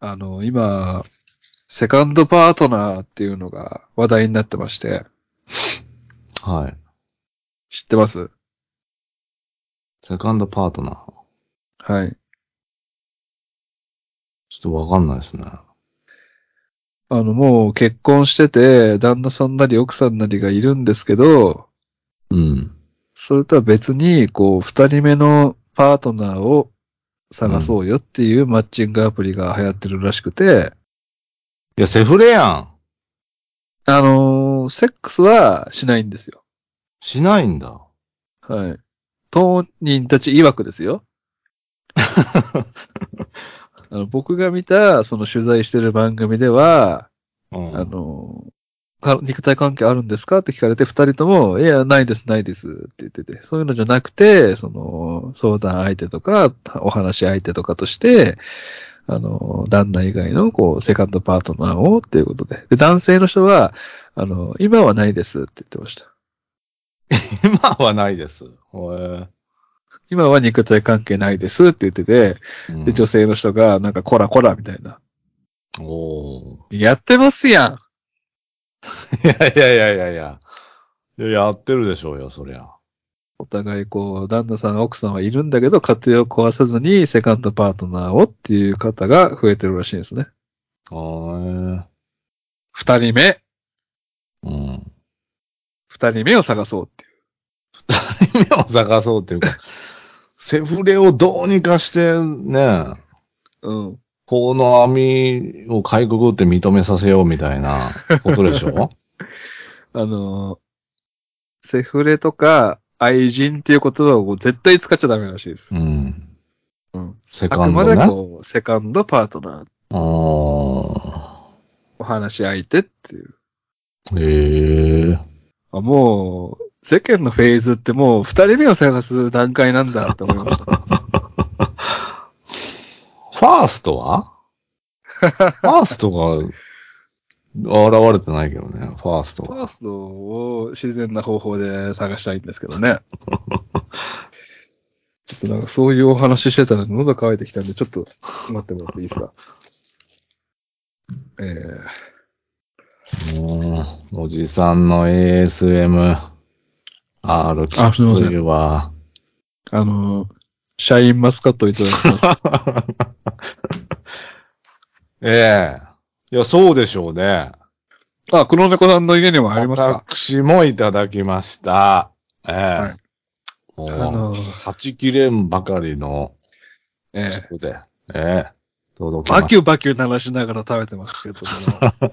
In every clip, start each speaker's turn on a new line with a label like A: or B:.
A: あの、今、セカンドパートナーっていうのが話題になってまして、
B: はい。
A: 知ってます
B: セカンドパートナー。
A: はい。
B: ちょっとわかんないですね。
A: あの、もう結婚してて、旦那さんなり奥さんなりがいるんですけど、
B: うん。
A: それとは別に、こう、二人目のパートナーを探そうよっていうマッチングアプリが流行ってるらしくて、
B: いや、セフレやん。
A: あのーセックスはしないんですよ。
B: しないんだ。
A: はい。当人たち曰くですよ。あの僕が見た、その取材してる番組では、
B: うん。
A: あの、か肉体関係あるんですかって聞かれて、二人とも、いや、ないです、ないですって言ってて、そういうのじゃなくて、その、相談相手とか、お話し相手とかとして、あの、旦那以外の、こう、セカンドパートナーをっていうことで。で、男性の人は、あの、今はないですって言ってました。
B: 今はないです。へえ。
A: 今は肉体関係ないですって言ってて、
B: うん
A: で、女性の人が、なんか、こらこらみたいな。
B: おー
A: やってますやん
B: いやいやいやいやいや。いや、やってるでしょうよ、そりゃ。
A: お互いこう、旦那さん、奥さんはいるんだけど、家庭を壊さずにセカンドパートナーをっていう方が増えてるらしいんですね。
B: は
A: 二人目、
B: い。うん。
A: 二人目を探そうっていう。
B: 夢を探そうっていうか、 セフレをどうにかして、ね、
A: うん。
B: 法の網を開国って認めさせようみたいなことで しょ
A: あのーセフレとか愛人っていう言葉を絶対使っちゃダメらしいです。
B: うん。
A: うん。
B: セ
A: あ
B: カ
A: く
B: ン
A: ま
B: ド
A: で
B: ね。
A: こう、セカンドパートナー、
B: あ
A: お話し相手っていう。
B: あ。へえ。
A: あもう、世間のフェーズってもう二人目を探す段階なんだって思いました。
B: ファースト はファーストが現れてないけどね、ファースト
A: フ
B: は。
A: ァーストを自然な方法で探したいんですけどね。 ちょっとなんかそういうお話ししてたら喉乾いてきたんで、ちょっと待ってもらっていいですか。えー、
B: うんおじさんの ASM。R き
A: あすいません
B: ついわ。
A: あのー、シャインマスカットいただき ます。
B: ええいや、そうでしょうね。
A: あ、黒猫さんの家にもありますか
B: 私もいただきました。ええ
A: はい
B: もう、
A: あのー
B: はちきれんばかりの、
A: ええ
B: そこで、ええ届きま
A: バ
B: し
A: キュバキュ鳴らしながら食べてますけど、そ の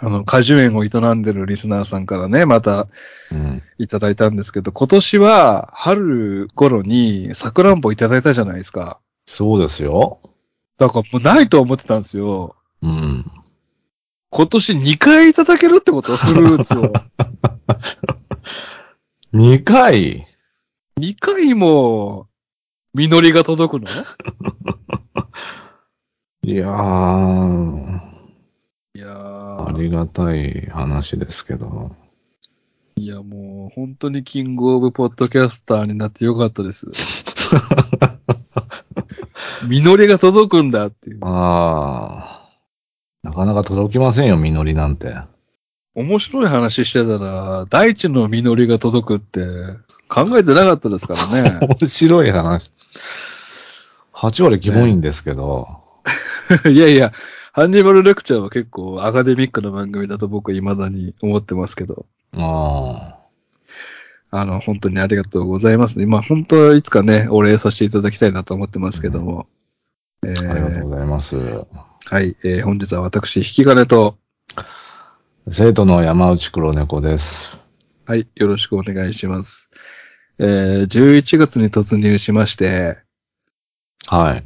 A: あの、果樹園を営んでるリスナーさんからね、また
B: た。うん。
A: いただいたんですけど、今年は春頃にさくらんぼいただいたじゃないですか。
B: そうですよ。
A: だからもうないと思ってたんですよ。
B: うん。
A: 今年2回いただけるってことフルーツを。
B: 2回
A: 2回も実りが届くの
B: いやー、
A: いや
B: あ
A: ー、
B: りがたい話ですけど。
A: いやもう本当にキングオブポッドキャスターになってよかったです。実りが届くんだっていう。
B: あー、なかなか届きませんよ、実りなんて。
A: 面白い話してたら、大地の実りが届くって考えてなかったですからね。
B: 面白い話。8割キモいんですけど。
A: いやいや、ハンニバルレクチャーは結構アカデミックな番組だと僕は未だに思ってますけど、
B: あ
A: あの、本当にありがとうございますね。まあ本当はいつかね、お礼させていただきたいなと思ってますけども。え
B: あ、ありが
A: ー
B: とうございます。
A: はい、えー本日は私、引き金と、
B: 生徒の山内黒猫です。
A: はい、よろしくお願いします。えー11月に突入しまして、
B: はい。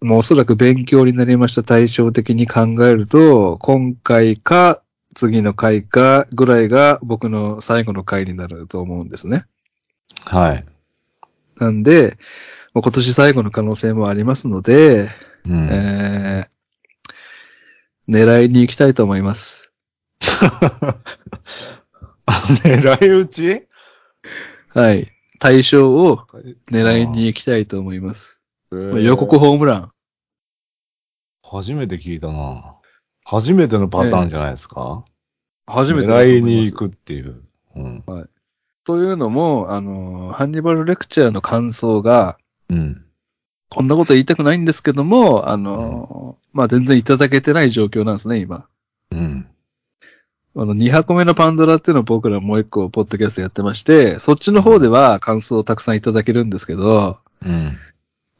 A: もうおそらく勉強になりました対照的に考えると、今回か、次の回かぐらいが僕の最後の回になると思うんですね。
B: はい。
A: なんで、まあ今年最後の可能性もありますので、
B: うん。
A: えー、狙いに行きたいと思います。
B: 狙い撃ち
A: はい。対象を狙いに行きたいと思います。まあ予告ホームラン。
B: 初めて聞いたな。初めてのパターンじゃないですか、
A: 初めてだと思
B: 狙
A: い
B: い
A: ます
B: に行くっていう。うん。
A: というのも、あの、ハンニバルレクチャーの感想が、
B: うん。
A: こんなこと言いたくないんですけども、あの、まあ、全然いただけてない状況なんですね、今。
B: うん。
A: あの、2箱目のパンドラっていうのを僕らもう一個、ポッドキャストやってまして、そっちの方では感想をたくさんいただけるんですけど、
B: うん。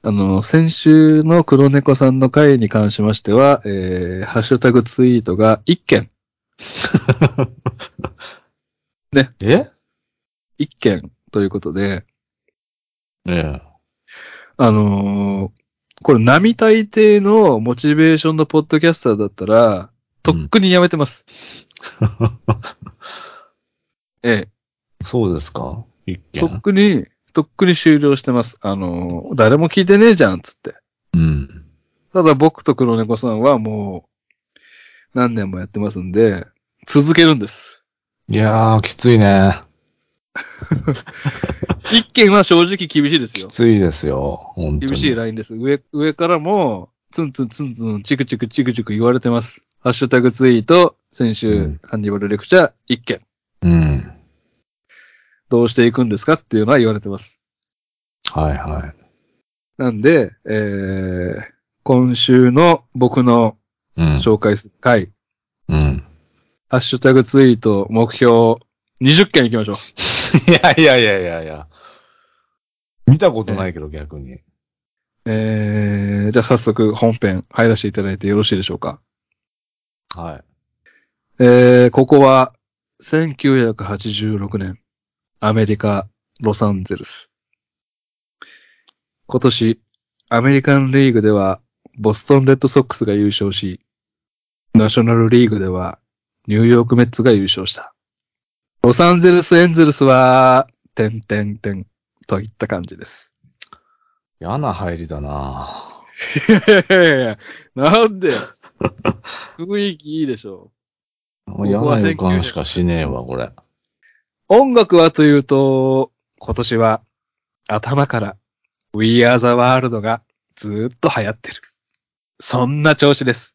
A: あの、先週の黒猫さんの回に関しましては、えー、ハッシュタグツイートが1件、
B: え
A: 1件ということで、
B: え
A: あのーこれ並大抵のモチベーションのポッドキャスターだったら、とっくにやめてます。え
B: え。そうですか一
A: え、とっ
B: 件。
A: くに、とっくに終了してます。あのー誰も聞いてねえじゃん、つって。
B: うん。
A: ただ僕と黒猫さんはもう、何年もやってますんで、続けるんです。
B: いやー、きついね。
A: 一件は正直厳しいです
B: き
A: よ。
B: ついですよ。本当に。
A: 厳しいラインです。上、上からも、ツンツンツンツン、チクチクチクチク言われてます。ハッシュタグツイート、先週、
B: うん
A: ハンニバルレクチャー一件。
B: うん。
A: どうしていくんですかっていうのは言われてます。
B: はいは
A: なんで、えー、今週の僕の
B: い。うん。
A: 紹介する回、
B: うん。
A: ハッシュタグツイート目標20件いきましょう。
B: いやいやいやいやいや。見たことないけど、逆に。
A: えー、じゃあ早速本編入らせていただいてよろしいでしょうか。
B: は
A: えー、ここは1986年、アメリカ、ロサンゼルス。今年、アメリカンリーグでは、ボストンレッドソックスが優勝し、ナショナルリーグでは、ニューヨークメッツが優勝した。ロサンゼルスエンゼルスは、てんてんてん、といった感じです。
B: い。嫌な入りだない
A: やいやいやなんで 雰囲気いいでしょう。こは
B: 嫌な予感しかしねえわ、これ。
A: 音楽はというと、今年は頭から We Are the World がずーっと流行ってる。そんな調子です。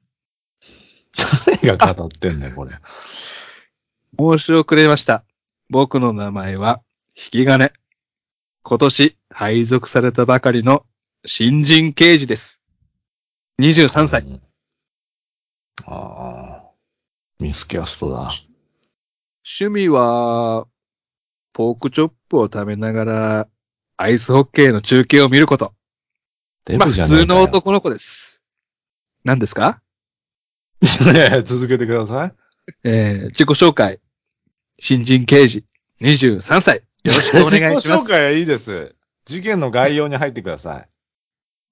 B: 誰が語ってんねん、これ。
A: 申し遅れました。僕の名前は引き金。今年配属されたばかりの新人刑事です。23歳。
B: うん。ああ。ミスキャストだ。
A: 趣味は、ポークチョップを食べながらアイスホッケーの中継を見ること。
B: デ
A: まあ
B: ブ
A: 普
B: じゃね
A: 通
B: えか
A: の
B: よ。
A: 男の子です。何ですか
B: いやいや続けてください。
A: えー自己紹介。新人刑事、23歳。よろしくお願いしま
B: 自己紹
A: す。
B: 介はいいです。事件の概要に入ってください。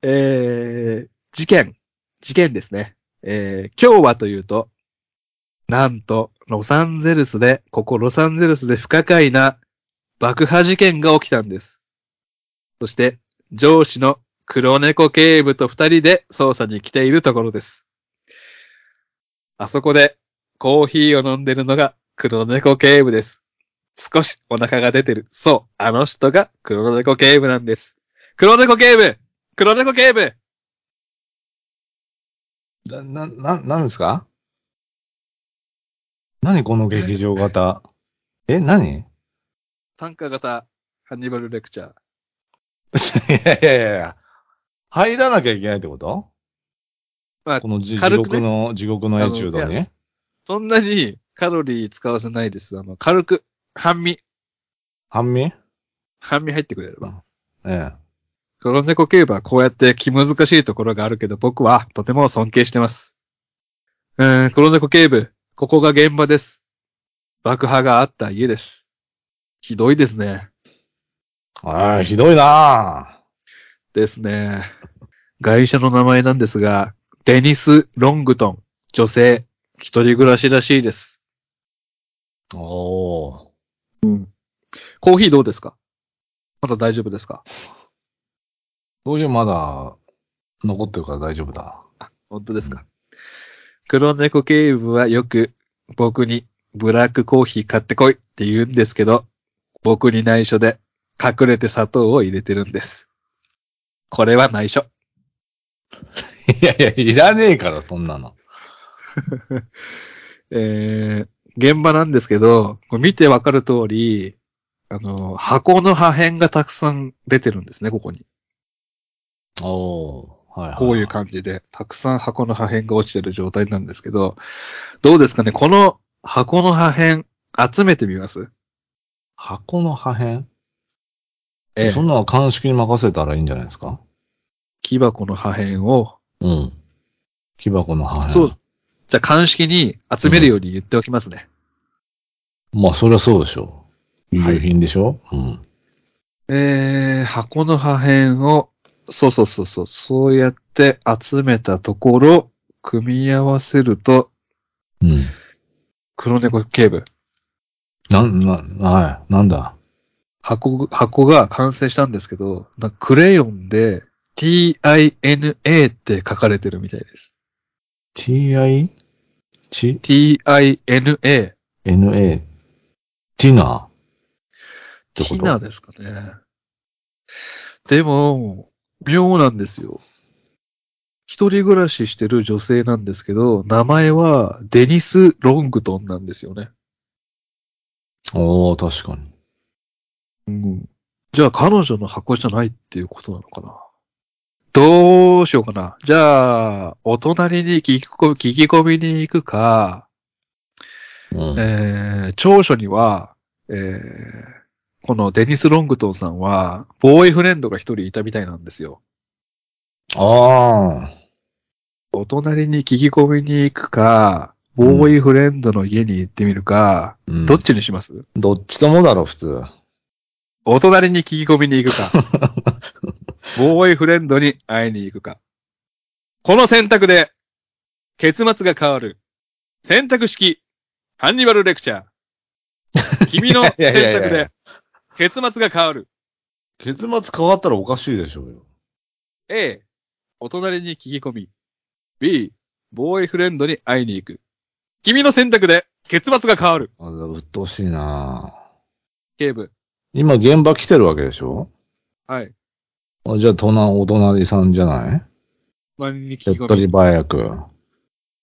A: えー事件。事件ですね。えー今日はというと、なんと、ロサンゼルスで、ここロサンゼルスで不可解な爆破事件が起きたんです。そして、上司の黒猫警部と二人で捜査に来ているところです。あそこでコーヒーを飲んでるのが黒猫警部です。少しお腹が出てる。そう、あの人が黒猫警部なんです。黒猫警部黒猫警部
B: な、な、な、なんですか何この劇場 型。え、何い
A: 参加型ハンニバルレクチャー。
B: やいやいやいや。入らなきゃいけないってこと
A: まあ
B: このじ地
A: 軽くね
B: 獄の、地獄のエチュード
A: あのい
B: に
A: やそんなにカロリー使わせないです。あの、軽く、半身、
B: 半身え
A: 半身入ってくれれば。
B: え。
A: 黒猫警部はこうやって気難しいところがあるけど、僕はとても尊敬してます。うーん、黒猫警部、ここが現場です。爆破があった家です。ひどいですね。
B: ああ、ひどいな
A: ですね。会社の名前なんですが、デニス・ロングトン、女性、一人暮らしらしいです。
B: おお
A: コーヒーどうですかまだ大丈夫ですか
B: ー。そういうまだ残ってるから大丈夫だ。
A: 本当ですか、黒猫警部はよく僕にブラックコーヒー買ってこいって言うんですけど、僕に内緒で隠れて砂糖を入れてるんです。これは内緒。
B: いいやいや、いらねえから、そんなの。
A: えー、現場なんですけど、これ見てわかる通り、あの、箱の破片がたくさん出てるんですね、ここに。
B: おー。はい、はい。
A: こういう感じで、たくさん箱の破片が落ちてる状態なんですけど、どうですかねこの箱の破片、集めてみます
B: 箱の破片
A: ええ
B: そんなの鑑識に任せたらいいんじゃないですか
A: 木箱の破片を、
B: うん。木箱の破片。
A: そう、じゃあ鑑識に集めるように言っておきますね。
B: まあ、そりゃそうでしょう。遺
A: はい
B: 留品でしょ、うん。
A: えー、箱の破片を、そうそうそうそう、そうやって集めたところ、組み合わせると、
B: うん。
A: 黒猫警部、
B: なん、な、はい。なんだ
A: 箱、箱が完成したんですけど、なんかクレヨンで TINA って書かれてるみたいです。
B: ?ti? ち
A: TINA。
B: na? ティナて
A: テ
B: こ
A: ィ
B: と
A: ナですかね。でも、妙なんですよ。一人暮らししてる女性なんですけど、名前はデニス・ロングトンなんですよね。
B: おー、確かに。
A: うん。じゃあ彼女の箱じゃないっていうことなのかな。どうしようかな。じゃあ、お隣に聞きこ聞き込みに行くか、
B: うん。
A: えー、長所には、えー、このデニス・ロングトンさんは、ボーイフレンドが一人いたみたいなんですよ。
B: あ
A: お隣に聞き込みに行くか、ボーイフレンドの家に行ってみるか、
B: ー、うん
A: どっちにします
B: どっちともだろ、普通。
A: お隣に聞き込みに行くか、 ボーイフレンドに会いに行くか。この選択で、結末が変わる。選択式、ハンニバルレクチ ャー。君の選択
B: いやいやいやい
A: で
B: や、
A: 結末が変わる。
B: 結末変わったらおかしいでしょうよ。
A: A、お隣に聞き込み。B、ボーイフレンドに会いに行く。君の選択で、結末が変わる。
B: あ鬱陶しいな
A: 警部。
B: 今現場来てるわけでしょ
A: はい。
B: あじゃあ、隣、お隣さんじゃない
A: 隣に聞き
B: 手っ
A: 込
B: 取
A: み
B: り早く。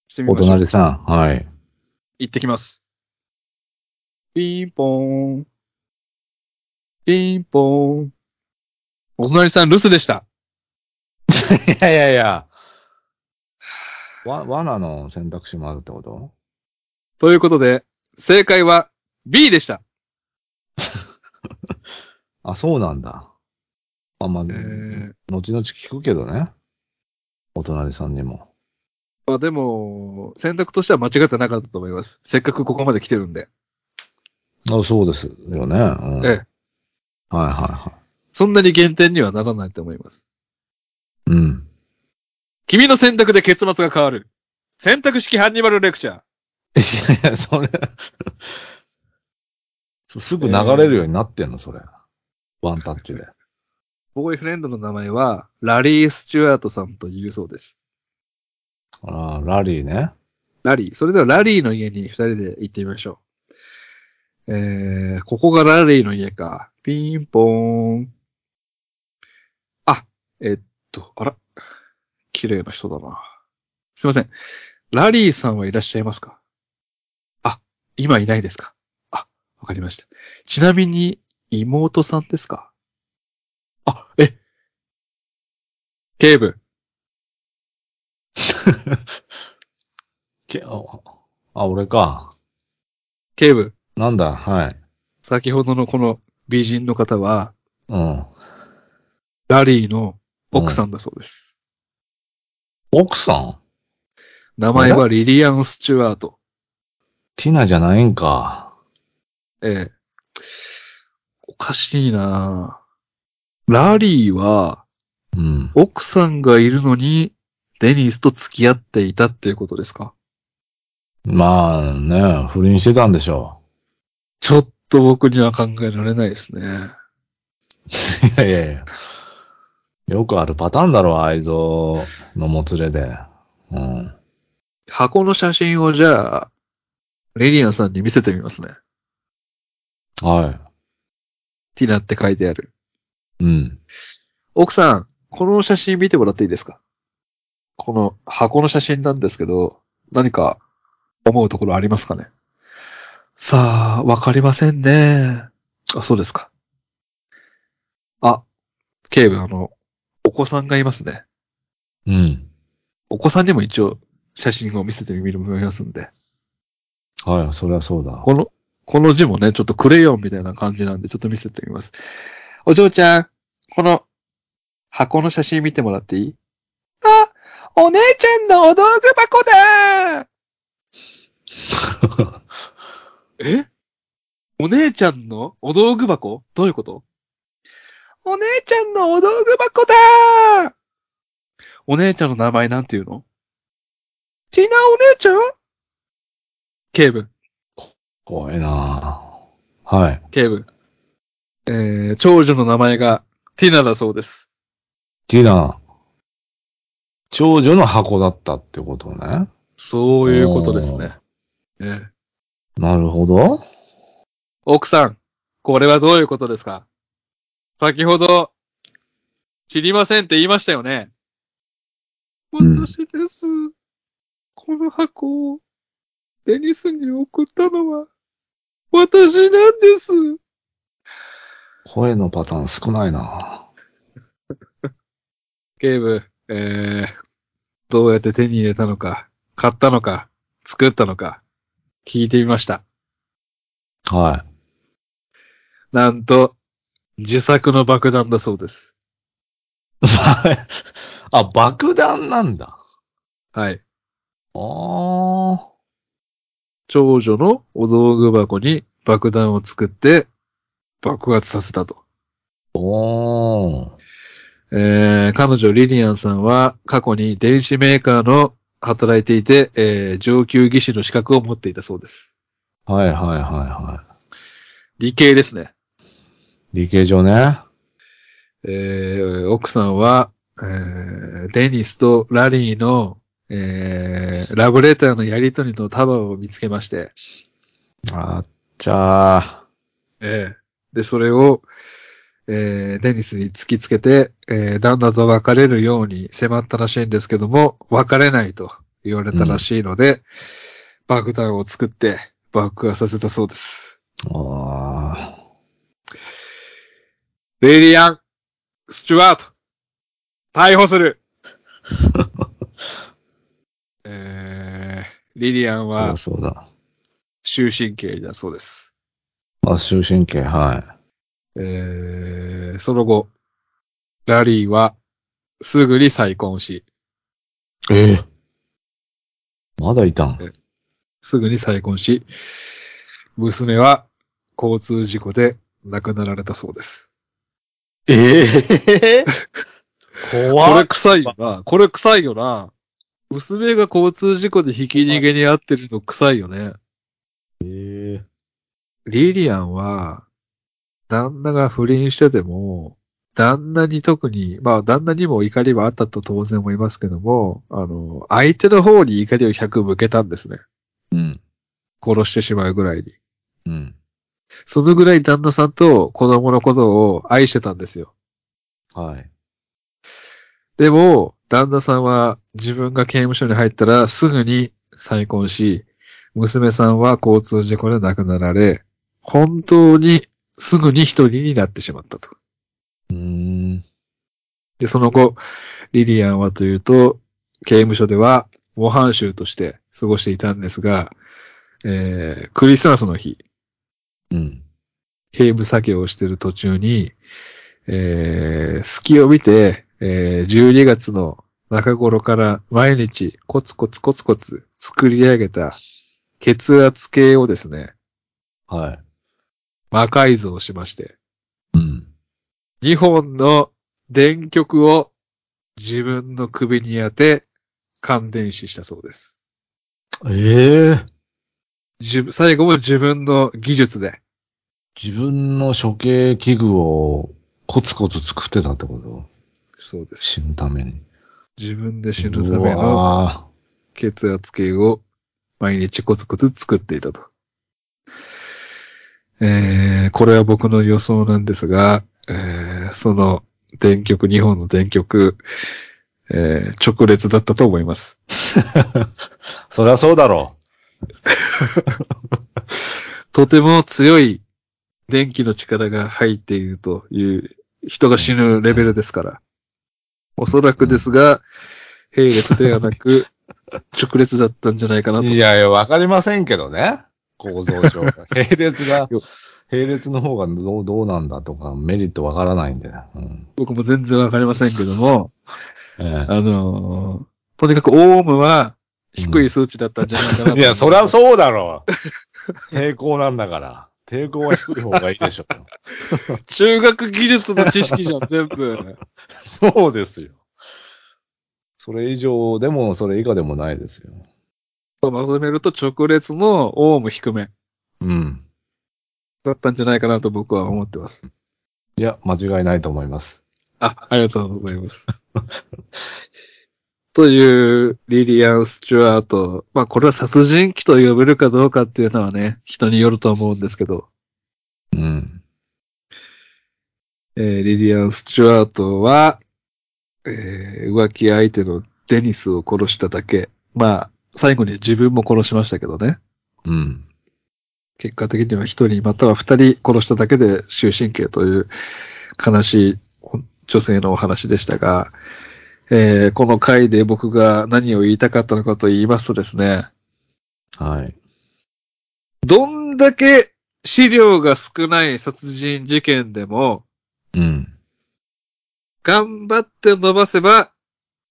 A: してみ
B: お
A: ましょう。
B: 隣さん、はい。
A: 行ってきます。ピンポーン。ピンポーン。お隣さん、留守でした。
B: いやいやいや。わ、罠の選択肢もあるってこと
A: ということで、正解は B でした。
B: あ、そうなんだ。まあまあ、
A: え
B: 後々聞くけどね。お隣さんにも。
A: まあでも、選択としては間違ってなかったと思います。せっかくここまで来てるんで。
B: あそうですよね。うん、
A: ええ
B: はいはいは
A: そんなに減点にはならないと思います。
B: い。うん。
A: 君の選択で結末が変わる。選択式ハンニバルレクチャー。
B: いやいや、それそう、 すぐ流れるようになってんの、それ。ワンタッチで。
A: ボーイフレンドの名前は、ラリー・スチュワートさんというそうです。
B: あらラリーね。
A: ラリー。それではラリーの家に二人で行ってみましょう。えー、ここがラリーの家か。ピンポーン。あ、えっと、あら。綺麗な人だな。すいません。ラリーさんはいらっしゃいますかあ、今いないですかあ、わかりました。ちなみに、妹さんですかあ、え。警部。
B: けあ、あ俺か。
A: 警部。
B: なんだ、はい。
A: 先ほどのこの美人の方は、
B: うん。
A: ラリーの奥さんだそうです。
B: 奥さん
A: 名前はリリアン・スチュワート。
B: ティナじゃないんか。
A: ええ。おかしいなぁラリーは
B: うん。
A: 奥さんがいるのにデニスと付き合っていたっていうことですか
B: まあね、不倫してたんでしょ
A: ちょっと僕には考えられないですね。
B: う。 いやいやいや。よくあるパターンだろう、愛蔵のもつれで。うん。
A: 箱の写真をじゃあ、リリアンさんに見せてみますね。
B: は
A: ティナって書いてある。
B: い。うん。
A: 奥さん、この写真見てもらっていいですかこの箱の写真なんですけど、何か思うところありますかねさあ、わかりませんね。あ、そうですか。あ、警部、あの、お子さんがいますね。
B: うん。
A: お子さんにも一応写真を見せてみますんで。
B: はい、そりゃそうだ。
A: この、この字もね、ちょっとクレヨンみたいな感じなんで、ちょっと見せてみます。お嬢ちゃん、この箱の写真見てもらっていいあ、お姉ちゃんのお道具箱だえお姉ちゃんのお道具箱どういうことお姉ちゃんのお道具箱だーお姉ちゃんの名前なんていうのティナお姉ちゃん警部、
B: 怖いなぁはい。
A: 警部。えー、長女の名前がティナだそうです。
B: ティナ、長女の箱だったってことね。
A: そういうことですね。ええ
B: なるほど。
A: 奥さん、これはどういうことですか先ほど、知りませんって言いましたよね。
B: うん
A: 私です。この箱をデニスに送ったのは、私なんです。
B: 声のパターン少ないな
A: 警部、えー、どうやって手に入れたのか、買ったのか、作ったのか、聞いてみました。
B: ぁは
A: なんと、自作の爆弾だそうです。
B: い。 あ、爆弾なんだ。
A: はい。
B: あー。
A: 長女のお道具箱に爆弾を作って爆発させたと。
B: おー。
A: えー彼女リリアンさんは過去に電子メーカーの働いていて、えー上級技師の資格を持っていたそうです。
B: はいはいはいは
A: 理系ですね。
B: い。理系上ね。
A: えー奥さんは、えーデニスとラリーの、えーラブレターのやりとりの束を見つけまして、
B: あっちゃー。
A: ええで、それを、えーデニスに突きつけて、えー旦那と別れるように迫ったらしいんですけども、別れないと言われたらしいので、爆弾を作って爆破させたそうです。
B: あ
A: レイリアン・スチュワート逮捕す るえー、リリアン
B: ー。そり
A: は
B: ゃそうだ。
A: 終身刑だそうです。
B: あ、終身刑、は
A: えーその後、ラリーはすぐに再婚し、
B: い。ええまだいたん
A: すぐに再婚し、娘は交通事故で亡くなられたそうです。
B: ええ
A: こ
B: 怖
A: れ臭いよな。これ臭いよな。娘が交通事故でひき逃げに遭ってるの臭いよね。
B: ええ
A: リリアンは、旦那が不倫してても、旦那に特に、まあ旦那にも怒りはあったと当然思いますけども、あの、相手の方に怒りを100向けたんですね。
B: うん。
A: 殺してしまうぐらいに。
B: うん。
A: そのぐらい旦那さんと子供のことを愛してたんですよ。
B: はい。
A: でも、旦那さんは自分が刑務所に入ったらすぐに再婚し、娘さんは交通事故で亡くなられ、本当にすぐに一人になってしまったと。
B: うーん。
A: で、その後、リリアンはというと、刑務所では模範囚として過ごしていたんですが、えー、クリスマスの日、
B: うん。
A: 刑務作業をしている途中に、えー、隙を見て、えー、12月の中頃から毎日コツコツコツコツ作り上げた血圧計をですね、
B: は
A: 魔改造しまして、
B: い。うん。
A: 2本の電極を自分の首に当て、感電死したそうです。
B: ええ
A: 自分最後も自分の技術で、
B: 自分の処刑器具をコツコツ作ってたってこと
A: そうです。
B: 死ぬために。
A: 自分で死ぬため
B: う
A: の
B: わ
A: 血圧計を毎日コツコツ作っていたと。えー、これは僕の予想なんですが、えー、その電極、2本の電極、ええー直列だったと思います。
B: そりゃそうだろ
A: とても強い電気の力が入っているという、人が死ぬレベルですから。おそらくですが、並列ではなく、直列だったんじゃないかな
B: う。
A: と。
B: いやいや、わかりませんけどね。構造 上。並列が
A: よ、
B: 並列の方がどうどうなんだとか、メリットわからないんでね。うん
A: 僕も全然わかりませんけども、
B: え
A: あのーとにかくオームは低い数値だったんじゃないかなと、
B: えいや、そりゃそうだろう。抵抗なんだから。抵抗は低い方がいいでしょう。
A: 中学技術の知識じゃん、全部。
B: そうですよ。それ以上でも、それ以下でもないですよ。
A: まとめると直列のオーム低め
B: うん。
A: だったんじゃないかなと僕は思ってます。
B: いや、間違いないと思います。
A: あ、ありがとうござい ます。という、リリアン・スチュワート。まあ、これは殺人鬼と呼べるかどうかっていうのはね、人によると思うんですけど、
B: うん。
A: えーリリアン・スチュワートは、えー浮気相手のデニスを殺しただけ。まあ、最後に自分も殺しましたけどね。
B: うん。
A: 結果的には一人または二人殺しただけで終身刑という悲しい女性のお話でしたが、えーこの回で僕が何を言いたかったのかと言いますとですね、
B: はい。
A: どんだけ資料が少ない殺人事件でも、
B: うん。
A: 頑張って伸ばせば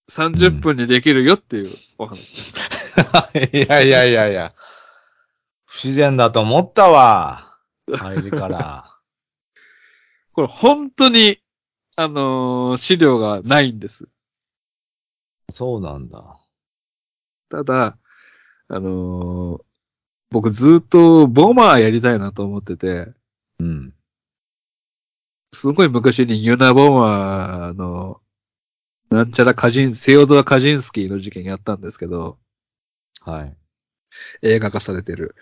A: 30分にできるよっていうお話。
B: いやいやいやいや。不自然だと思ったわ。入りから。
A: これ本当に、あのー資料がないんです。
B: そうなんだ。
A: ただ、あのー僕ずっとボマーやりたいなと思ってて、
B: うん。
A: すごい昔にユナ・ボマーの、なんちゃらカジン、セオドア・カジンスキーの事件やったんですけど、
B: はい。
A: 映画化されてる。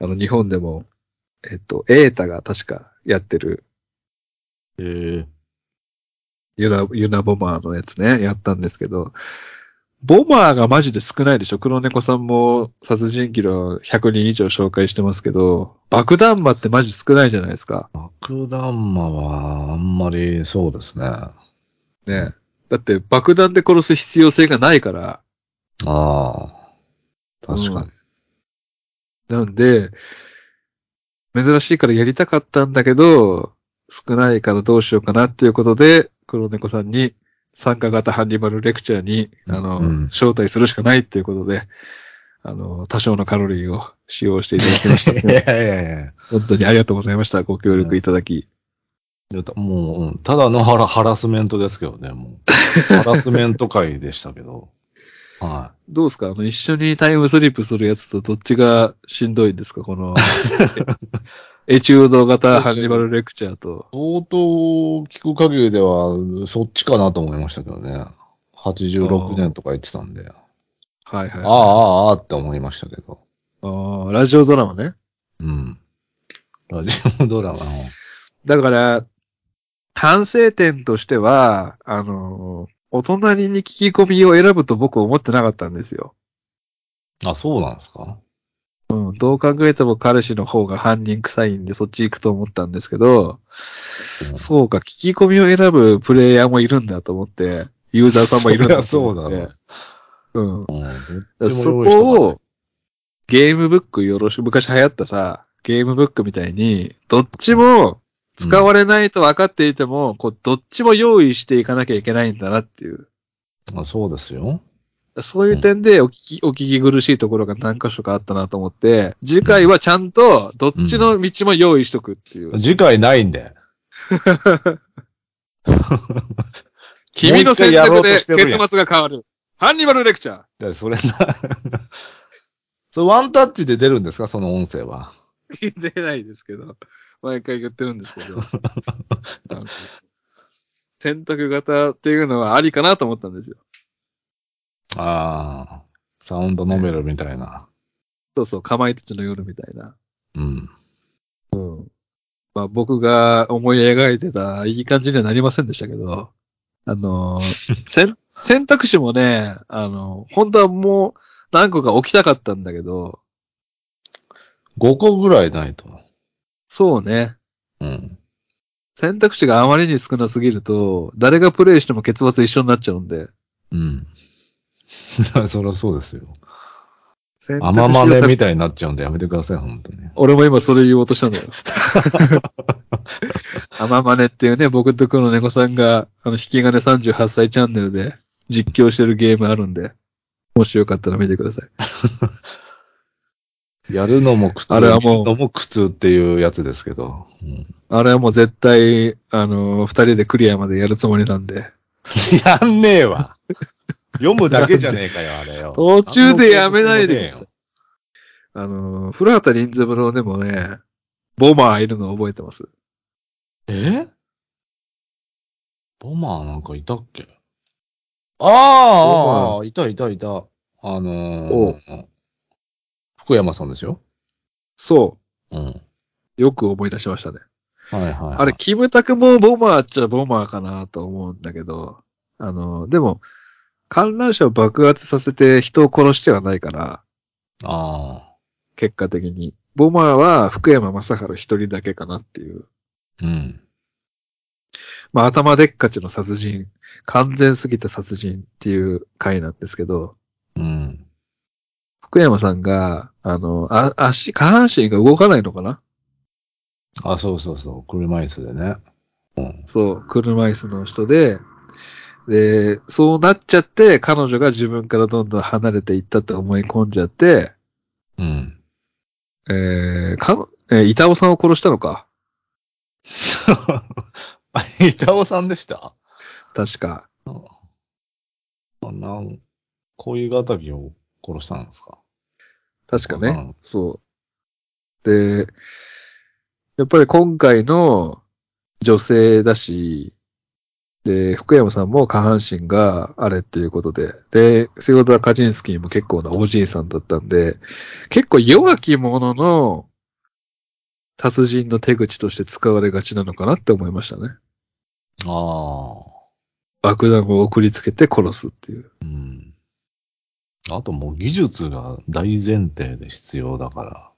A: あの、日本でも、えっと、エータが確かやってる、
B: ええ。
A: ユナ、ユナ・ボマーのやつね、やったんですけど、ボマーがマジで少ないでしょ黒猫さんも殺人鬼の100人以上紹介してますけど、爆弾魔ってマジ少ないじゃないですか。
B: 爆弾魔は、あんまりそうですね。あ
A: ね。だって爆弾で殺す必要性がないから。
B: あ。確かに。
A: なんで、珍しいからやりたかったんだけど、少ないからどうしようかなっていうことで、黒猫さんに参加型ハンニバルレクチャーに、あの、
B: うん
A: 招待するしかないっていうことで、あの、多少のカロリーを使用していただき ました
B: い
A: ね。
B: やいやいや。
A: 本当にありがとうございました。ご協力いただき。
B: いやたもううん、ただのハラハラスメントですけどね、もう。ハラスメント会でしたけど。は
A: どうですかあの、一緒にタイムスリップするやつとどっちがしんどいんですかこの、 エチュード型ハンニバルレクチャーと
B: い。。相当聞く限りでは、そっちかなと思いましたけどね。86年とか言ってたんで。
A: はいはい。
B: ああ、ああ、って思いましたけど。
A: あーラジオドラマね。
B: うん。ラジオドラマの。
A: だから、反省点としては、あのー、お隣に聞き込みを選ぶと僕は思ってなかったんですよ。
B: あ、そうなんですか
A: うん、どう考えても彼氏の方が犯人臭いんでそっち行くと思ったんですけど、そうか、聞き込みを選ぶプレイヤーもいるんだと思って、ユーザーさんもいるんだと
B: そ
A: 思
B: りゃ
A: って。
B: そうだね。
A: うん。
B: うん。どっ
A: だから
B: ち
A: そ
B: も用意して
A: こを、ゲームブックよろしく、昔流行ったさ、ゲームブックみたいに、どっちも使われないと分かっていても、こう、どっちも用意していかなきゃいけないんだなっていう。
B: あそうですよ。
A: そういう点でお聞き、お聞き苦しいところが何箇所かあったなと思って、次回はちゃんとどっちの道も用意しとくっていう。
B: 次回ないんで。
A: 君の選択で結
B: もう一回やろうとしてるやん
A: 末が変わる。ハンニバルレクチャー。
B: だからそれな、 それワンタッチで出るんですかその音声は。
A: 出ないですけど、毎回言ってるんですけど。 あの選択型っていうのはありかなと思ったんですよ。
B: ああ、サウンドノベルみたいな。
A: そうそう、かまいたちの夜みたいな。
B: うん。
A: まあ僕 が思い描いてたいい感じにはなりませんでしたけど、あのー選選択肢もね、あの、本当はもう何個か置きたかったんだけど、
B: 5個ぐらいないと。
A: そうね。
B: うん。
A: 選択肢があまりに少なすぎると、誰がプレイしても結末一緒になっちゃうんで。
B: うん。 そりゃそうですよ。
A: 選択肢
B: 甘
A: を
B: 豆
A: た
B: みたいになっちゃうんでやめてください、本当に。
A: 俺も今それ言おうとしたんだよ。 アママネっていうね、僕とこの猫さんが、あの、引き金38歳チャンネルで実況してるゲームあるんで、もしよかったら見てください。
B: やるのも苦痛。
A: あれはもう
B: 見るのも苦痛っていうやつですけど。うん、
A: あれはもう絶対、あの、二人でクリアまでやるつもりなんで、
B: やんねえわ。読むだけじゃねえかよ、あれよ。
A: 途中でやめないでください。あの、古畑任三郎でもね、ボマーいるの覚えてます。
B: えボマーなんかいたっけああ、いたいたいた。あのー、福山さんでしょ
A: そ。
B: うん。はいう
A: よく思い出しましたね。
B: はいはい。
A: あれ、キムタクもボマーっちゃボマーかなと思うんだけど、あの、でも、観覧車を爆発させて人を殺してはないから、
B: あ
A: 結果的に。ボマーは福山雅治一人だけかなっていう。
B: あ、うん。
A: まあ、頭でっかちの殺人、完全すぎた殺人っていう回なんですけど、
B: うん。
A: 福山さんが、あの、あ足、下半身が動かないのかな
B: あ、そうそうそう。車椅子でね。うん。
A: そう、車椅子の人で、で、そうなっちゃって、彼女が自分からどんどん離れていったって思い込んじゃって、
B: うん。
A: えー、か、えー、板尾さんを殺したのか。
B: あ、板尾さんでした
A: 確か。
B: あなん、恋敵を殺したんですか
A: 確か
B: う
A: ね
B: ん。
A: そう。で、やっぱり今回の女性だし、で、福山さんも下半身があれっていうことで、で、セゴダ・カジンスキーも結構なおじいさんだったんで、結構弱き者の殺人の手口として使われがちなのかなって思いましたね。
B: ああ。
A: 爆弾を送りつけて殺すっていう。
B: うん。あともう技術が大前提で必要だから。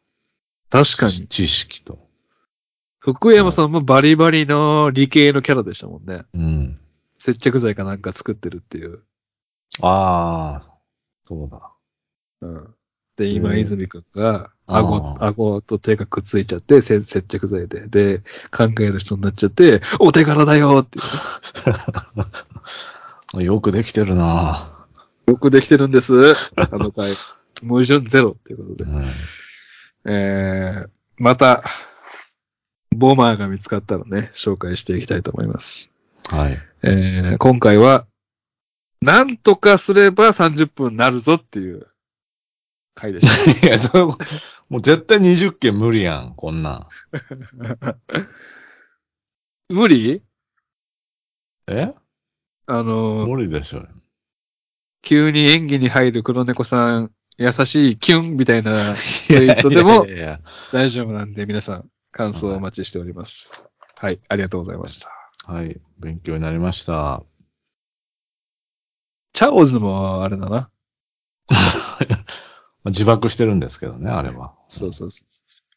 A: 確かに。
B: 知知識と。
A: 福山さんもバリバリの理系のキャラでしたもんね。
B: うん。
A: 接着剤かなんか作ってるっていう。
B: ああ、そうだ。
A: うん、で、
B: う
A: 今
B: ん
A: 泉くんが、
B: あ
A: 顎、
B: ー
A: 顎と手がくっついちゃって、せ接着剤で。で、考える人になっちゃって、お手柄だよって。
B: よくできてるな、
A: よくできてるんです。あの回。矛盾ゼロっていうこと
B: う
A: で。
B: ん、
A: えー、また、ボマーが見つかったらね、紹介していきたいと思います。
B: はい。
A: えー今回は、なんとかすれば30分になるぞっていう回で し
B: いや、そう、もう絶対20件無理やん、こんなん。
A: た。無理
B: え
A: あのー、
B: 無理でしょ。
A: 急に演技に入る黒猫さん、優しいキュンみたいなツイートでも
B: いやいやいや
A: 大丈夫なんで皆さん感想をお待ちしております。はい、ありがとうございました。
B: はい、勉強になりました。
A: チャオズもあれだな。
B: 自爆してるんですけどね、あれは。
A: そうそうそうそう。